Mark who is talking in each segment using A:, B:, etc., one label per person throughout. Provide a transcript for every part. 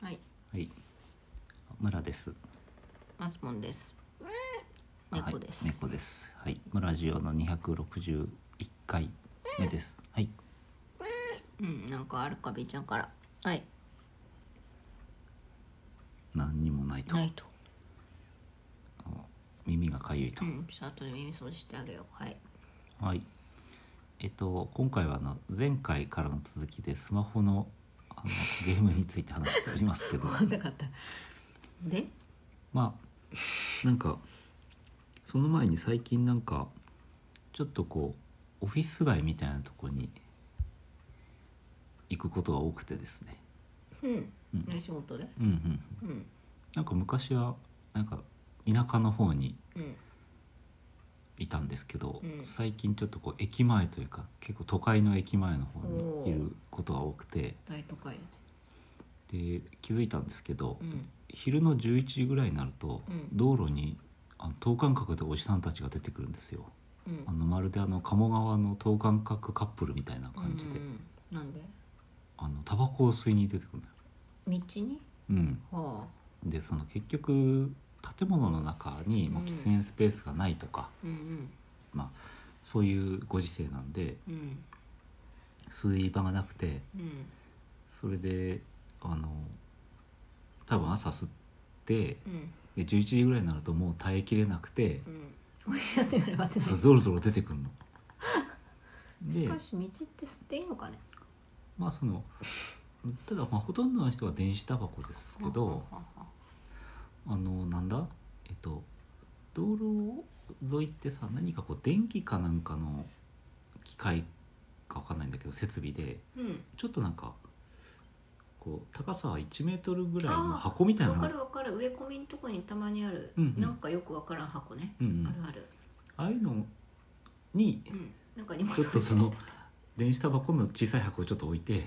A: はい。村です。
B: マスモンです。猫です。
A: はい、猫です。はい。村ジオの261回目です。はい。
B: うん、なんかあるかべちゃんから。はい。
A: 何にもないと。
B: ないと。
A: 耳がかゆいと
B: う。ん、ちょっと後で耳掃除してあげよう。はい。
A: はい。えっと今回はあの前回からの続きでスマホのあのゲームについて話しております けど、
B: わかんなかった。で。
A: まあなんかその前に最近なんかちょっとこうオフィス街みたいなとこに行くことが多くてですね。
B: うん。
A: うん
B: ね、仕事で。
A: うんうんうん。
B: うん。
A: なんか昔はなんか田舎の方に
B: うん。
A: いたんですけど、
B: うん
A: 最近ちょっとこう駅前というか結構都会の駅前の方
B: お
A: に
B: ー
A: いることが多くて
B: 大都会よね。
A: で気づいたんですけど、
B: うん。
A: 昼の11時ぐらいになると、
B: うん
A: 道路にあの等間隔でおじさんたちが出てくるんですよ。
B: うん
A: あ。のまるであの鴨川の等間隔カップルみたいな感じで、
B: うんうんうん。なんで。
A: あのタバコを吸いに出てくるんだよ。
B: 道に。
A: うん、
B: はあ。
A: でその結局建物の中にもう
B: うん
A: 喫煙スペースがないとか、
B: うん。
A: まあ、そういうご時世なんで
B: うん。うん。
A: 吸い場がなくて
B: うん。
A: それであの多分朝吸って
B: うん。
A: で11時ぐらいになるともう耐えきれなくて
B: うん。お昼休みまで待って
A: そう
B: ない。
A: ゾロゾロ出てくるの。で
B: しかし道って吸っていいのかね。
A: まあそのただまあほとんどの人は電子タバコですけど
B: はあはあは
A: あのなんだえっと道路沿いってさ何かこう電気かなんかの機械かわかんないんだけど設備で
B: あ。うん。
A: ちょっとなんかこう高さ1メートルぐらいの
B: あー
A: 箱みたいな
B: わ
A: の
B: かるわかる植え込みのとこにたまにある、
A: うんうん
B: なんかよくわからん箱ね、
A: うんうん
B: あるある、
A: ああいうのに
B: うん、なんか荷物
A: ちょっとその電子タバコの小さい箱をちょっと置いて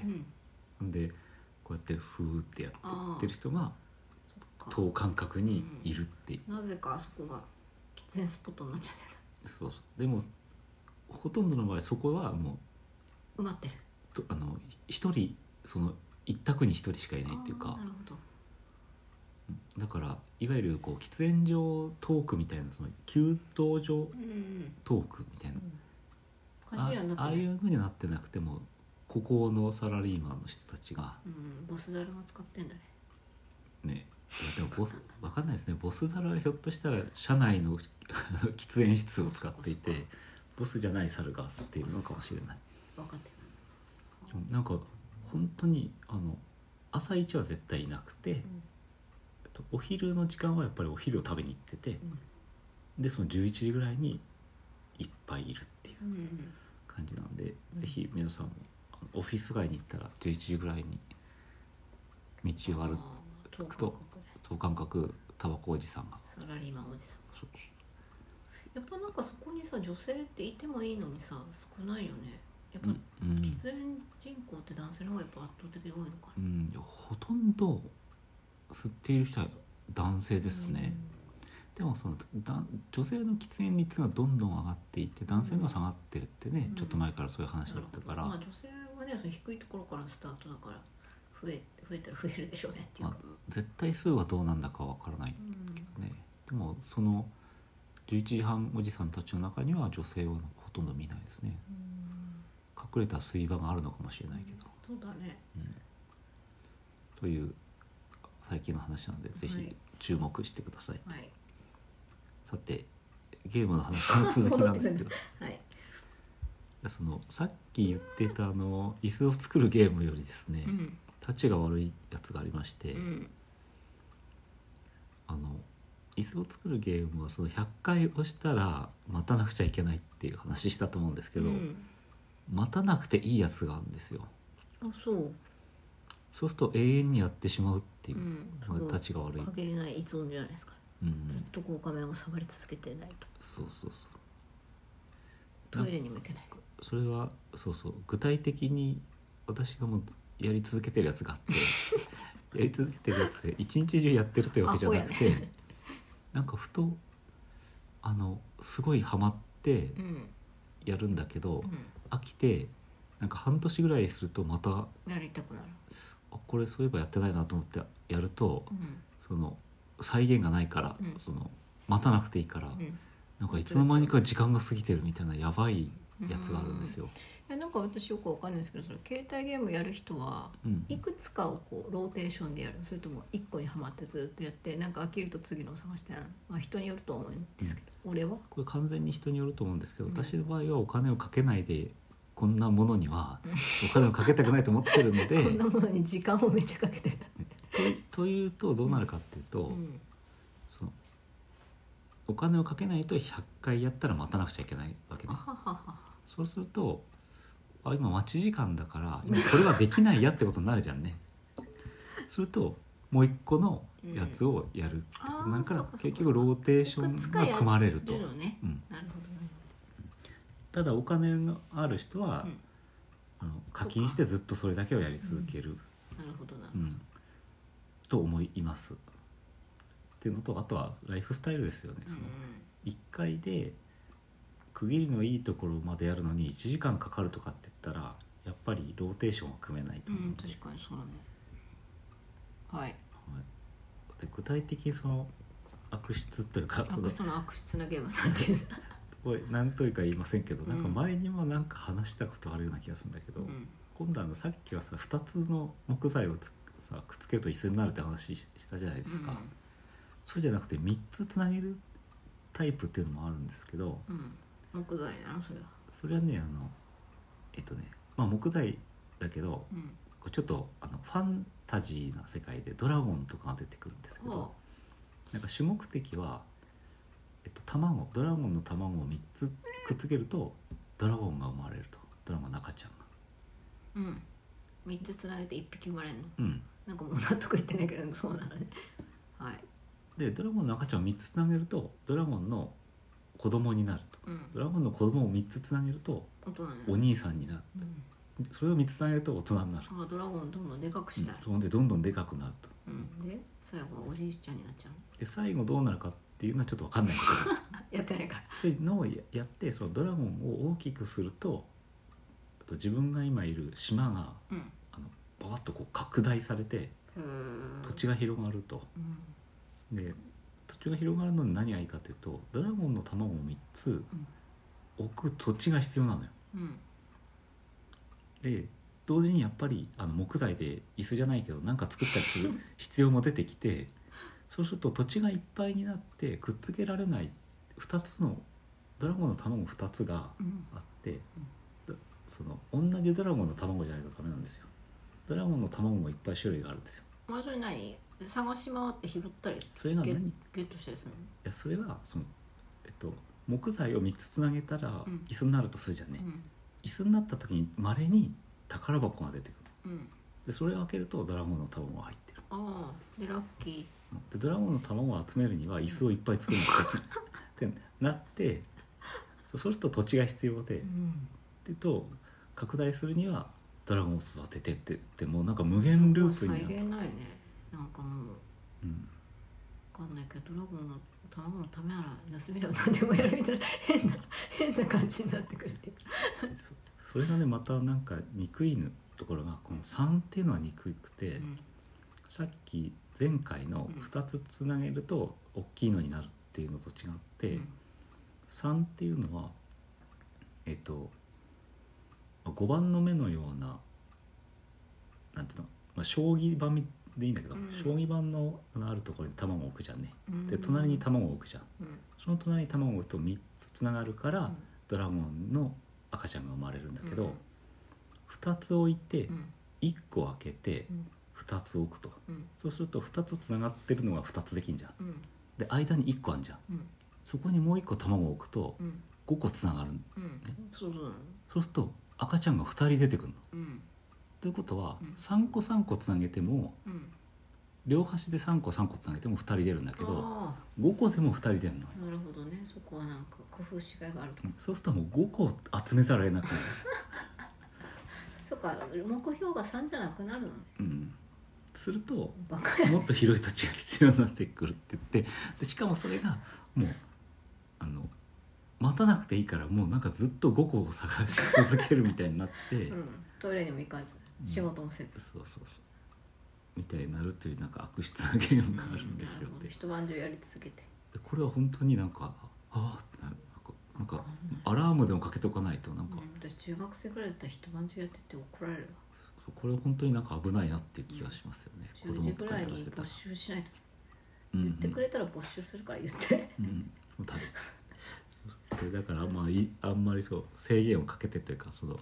B: う、ん
A: ん、でこうやってふーってやっ
B: あ
A: てる人が
B: あ
A: 等間隔にいるっていう
B: なぜかあそこが喫煙スポットになっちゃって
A: そうそうでもほとんどの場合そこはも
B: る埋まってる
A: うとあの一人その一択に一人しかいないっていう
B: ああ
A: か
B: なるほど
A: だからいわゆるこう喫煙所トークみたいなその給湯所
B: うんうん
A: トークみたい
B: う
A: な
B: ん感
A: あ
B: じにはな
A: ああ
B: って
A: い
B: る
A: うふうになってなくてもここのサラリーマンの人たちが
B: うん、ボスザルが使ってんだね
A: ねいやでもボスわかんないですねボス猿はひょっとしたら社内の あの喫煙室を使っていてボスじゃない猿が吸っているのかもしれない。
B: 分かってる
A: うんなんか本当にあの朝一は絶対いなくて、
B: ん
A: あとお昼の時間はやっぱりお昼を食べに行ってて
B: うん
A: でその11時ぐらいにいっぱいいるっていう
B: うんうん
A: 感じなんで、
B: うん
A: ぜひ皆さんもあのオフィス街に行ったら11時ぐらいに道を歩
B: ああ遠
A: く
B: く遠
A: と
B: くね
A: く等間隔タバコおじさんが
B: サラリーマンおじさん
A: そう
B: やっぱなんかそこにさ女性っていてもいいのにさ少ないよねやっぱ、
A: うんうん
B: 喫煙人口って男性の方がやっぱ圧倒的に多いのかな
A: うんいやほとんど吸っている人は男性ですね。でもそのだ女性の喫煙率がどんどん上がっていって男性のが下がってるってね、
B: うん
A: ちょっと前からそういう
B: うん。
A: 話だったから、
B: まあ
A: ま
B: 女性はねその低いところからのスタートだから増え 増えたら増えるでしょうねっていう
A: あ
B: か。、
A: 絶対数はどうなんだかわからない
B: うん
A: ねでもその11時半おじさんたちの中には女性はほとんど見ないですね
B: うん
A: 隠れた吸い場があるのかもしれないけど、
B: そうだね。
A: うんという最近の話なのでぜ
B: は
A: ひ
B: い
A: 注目してください、
B: はい
A: さてゲームの話の続きなん ですけど
B: はい。
A: そのさっき言ってたあの椅子を作るゲームよりですね、
B: うん
A: たちが悪いやつがありまして、
B: うん
A: あの椅子を作るゲームはその100回押したら待たなくちゃいけないっていう話したと思うんですけど、
B: うん
A: 待たなくていいやつがあるんですよ
B: あそう。
A: そうすると永遠にやってしまうっていうう、
B: ん。
A: まあ、たちが悪い、
B: 限りない依存じゃないですか。
A: うん、
B: ずっとこう画面を触り続けてないと
A: そうそうそう
B: トイレにも行けない。
A: それはそうそう具体的に私がもうやり続けてるやつがあって やり続けてるやつで一日中やってるというわけじゃなくて、
B: アホやね
A: なんかふとあのすごいハマって
B: うん
A: やるんだけど、
B: う
A: 飽きてなんか半年ぐらいするとまた
B: んやりたくなる。
A: あこれそういえばやってないなと思ってやると
B: うん
A: その再現がないから、
B: うん
A: その待たなくていいから、
B: うん
A: なんかいつの間にか時間が過ぎてるみたいなやばいやつがあるんですよ。
B: いやなんか私よくわかんないですけどその携帯ゲームやる人は
A: うん
B: いくつかをこうローテーションでやるそれとも一個にはまってずっとやってなんか飽きると次のを探してなの、まあ、人によると思うんですけど、俺は、
A: これ完全に人によると思うんですけど、
B: うん
A: 私の場合はお金をかけないでこんなものにはお金をかけたくないと思ってるので
B: こんなものに時間をめちゃかけてる、
A: というとどうなるかっていうと、
B: うん
A: そのお金をかけないと100回やったら待たなくちゃいけないわけ
B: あ
A: ね。
B: ははは
A: そうするとあ今待ち時間だから今これはできないやってことになるじゃんね。するともう一個のやつをやるってことになるから、
B: うんあーそうかそうか
A: 結局ローテーショ
B: いくつか
A: ン
B: や
A: が組まれると。
B: るのね
A: うん
B: なるほどね
A: ただお金のある人は、
B: うん
A: あの課金してずっとそれだけをやり続ける、
B: なるほどな、
A: うんと思いますっていうのとあとはライフスタイルですよね、その1回で区切りのいいところまでやるのに1時間かかるとかって言ったらやっぱりローテーションは組めないと
B: うん
A: 思
B: う
A: う
B: んん、
A: で,、
B: 確かにそうだねはい
A: はいで具体的にその悪質というかその
B: その悪質なゲームなんていうの、
A: これ何というか言いませんけど、なんか
B: うん
A: 前にもなんか話したことあるような気がするんだけど、
B: うん
A: 今度あのさっきはさ2つの木材をつさくっつけると椅子になるって話ししたじゃないですか、それじゃなくて3つつなげるタイプっていうのもあるんですけど
B: うん、うん、木材なのそれは、
A: それはねあのえっとね、まあ、木材だけど
B: うん、
A: こうちょっとあのファンタジーな世界でドラゴンとかが出てくるんですけど
B: ほ
A: なんか主目的は、えっと、卵ドラゴンの卵を3つくっつけるとドラゴンが生まれるとドラゴンの赤ちゃんが。
B: ううん三つつなげて一匹生まれるの
A: うん
B: なんかもう納得いってないけどそうなのねはい
A: でドラゴンの赤ちゃんを3つつなげるとドラゴンの子供になると
B: うん
A: ドラゴンの子供を3つつなげると
B: 大人ね
A: お兄さんになる
B: うん
A: それを3つつなげると大人になると
B: あドラゴンどんどんでかくしたい、
A: うん、でどんどんでかくなると
B: うんで最後はおじいちゃんになっちゃうの
A: で最後どうなるかっていうのはちょっと分かんないんだけど
B: あ やってないから
A: そういうのをややってそのドラゴンを大きくするとあと自分が今いる島が
B: うん
A: あのバワッとこう拡大されて
B: うん
A: 土地が広がると
B: うん
A: で土地が広がるのに何がいいかというとドラゴンの卵を3つ置く土地が必要なのよ
B: うん
A: で同時にやっぱりあの木材で椅子じゃないけどなんか作ったりする必要も出てき てそうすると土地がいっぱいになってくっつけられない2つのドラゴンの卵2つが
B: うん
A: あってだその同じドラゴンの卵じゃないとダメなんですよドラゴンの卵もいっぱい種類があるんですよ
B: あそれ何探し回って拾ったり
A: それが何
B: ゲ
A: い
B: ゲットしたりするの
A: やそれはそのえっと木材を3つつなげたら
B: うん
A: 椅子になるとするじゃんね、
B: うん
A: 椅子になった時にまれに宝箱が出てくる
B: うん
A: でそれを開けるとドラゴンの卵が入ってる
B: ああでラッキ
A: でドラゴンの卵を集めるには椅子をいっぱい作るのかってなってそうそうすると土地が必要で、
B: ー、うん、
A: でと拡大するにはドラゴンを育ててってってもうなんか無限ループにな
B: 再現
A: る、
B: ないねなんかもう
A: うん、
B: わかんないけどドラゴンの卵のためなら盗みでも何でもやるみたいな変な変な感じになってくるっていう
A: そそれがねまたなんか憎いところがこの3っていうのは憎くて、
B: うん
A: さっき前回の
B: うん
A: 2つつなげると大きいのになるっていうのと違って、
B: うん
A: 3っていうのはえっと5番の目のようななんていうの、まあ、将棋盤みでいいんだけど、
B: うん
A: 将棋盤のあのあるところに卵を置くじゃんね
B: うん
A: で隣に卵を置くじゃん
B: うん
A: その隣に卵を置くと3つつながるから、
B: うん
A: ドラゴンの赤ちゃんが生まれるんだけど、
B: うん
A: 2つ置いて
B: うん
A: 1個開けて
B: うん
A: 2つ置くと
B: うん
A: そうすると2つつながってるのが2つできんじゃん
B: うん
A: で間に1個あんじゃん
B: うん
A: そこにもう1個卵を置くと
B: うん
A: 5個つながるん
B: うんそうそうなの
A: そうすると赤ちゃんが2人出てくるの。
B: うん
A: ということは
B: うん
A: 3個3個つなげても
B: うん
A: 両端で3個3個つなげても2人出るんだけど
B: あ
A: 5個でも2人出るのよ
B: あなるほどねそこはなんか工夫しがいがあると
A: うんそうするともう5個集めざるを得なくなる、
B: そっか目標が3じゃなくなるのね
A: うん、すると
B: バカや
A: もっと広い土地が必要になってくるって言ってでしかもそれがもうあの待たなくていいからもうなんかずっと5個を 探し続けるみたいになって、
B: うんトイレにも行かず仕事もせず
A: そうそうそうみたいになるというなんか悪質なゲームがあるんですよって
B: 一晩中やり続けて
A: でこれは本当になんかああってなるなんかなんかア
B: ら
A: ラームでもかけとかないとなんか、
B: 私中学生ぐらいだったら一晩中やってて怒られるわ
A: そうこれは本当になんか危ないなっていう気がしますよね、
B: 10時ぐらいに没収しないと
A: うんう
B: 言
A: ん
B: ってくれたら没収するから言って
A: うん、多分でだからまあいあんまりそう制限をかけてというかその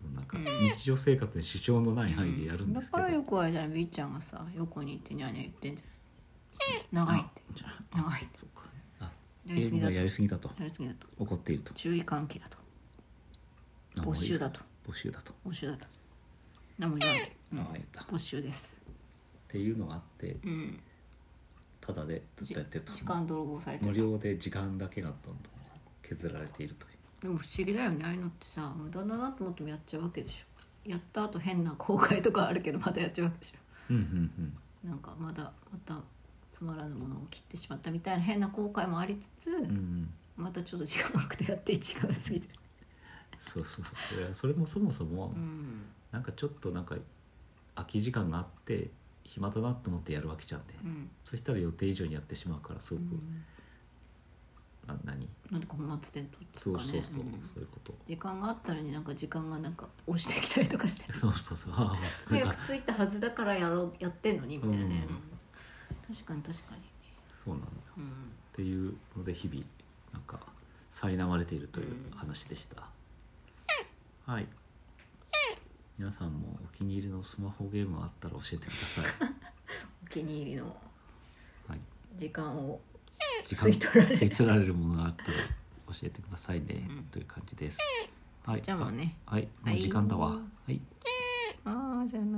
A: そのなんか日常生活に支障のない範囲でやるんですけど、
B: だからよくあれじゃない B ちゃんがさ横にいてニャーニャー言ってんじゃん長いって
A: あじゃあ
B: 長いって
A: そうかあ
B: やりすぎ
A: ゲ
B: だ
A: ームが
B: と
A: や
B: や
A: りすぎだと
B: りすぎだと
A: 怒っていると
B: 注意喚起だと
A: あ
B: 没収だと
A: 没収だと、
B: 募集だと何も言わない、うん
A: ああ言ったっ
B: 没収です
A: ていうのがあって
B: うん
A: ただでずっとやってると
B: 時間泥棒されて
A: 無
B: る
A: 料で時間だけがどんどん削られているという
B: でも不思議だよねああいうのってさ無駄だなと思ってもやっちゃうわけでしょやった後変な後悔とかあるけどまたやっちゃうわけでし
A: うんうんうん
B: ょなんかまだまたつまらぬものを切ってしまったみたいな変な後悔もありつつ、
A: うんうん
B: またちょっと時間がなくてやって1時間が過ぎて
A: そうそうそういやそれもそもそも、
B: うん
A: なんかちょっとなんか空き時間があって暇だなと思ってやるわけじゃんね、
B: うん、
A: そしたら予定以上にやってしまうからす
B: う
A: ごく、
B: ん、
A: な何
B: なんか本末転倒っつ
A: そうう
B: か
A: そう
B: ね
A: そう、
B: うん
A: そういうこと
B: 時間があったのになんか時間がなんか押してきたりとかして
A: そうそうそうああな
B: 早
A: ん
B: く
A: か
B: 着いたはずだからやろうやってんのにみたいなね、確かに確かに、
A: そうなのよ
B: うん、
A: っていうので日々なんか苛まれているという話でした、はい皆さんもお気に入りのスマホゲームあったら教えてください、
B: お気に入りの
A: はい、
B: 時間を
A: 時
B: 吸い取られる
A: 吸い取られるものがあったら教えてくださいね、
B: うん
A: という感じです、はい
B: じゃあもうね
A: はい、もう時間だわ。
B: は
A: はい。
B: ああじゃあな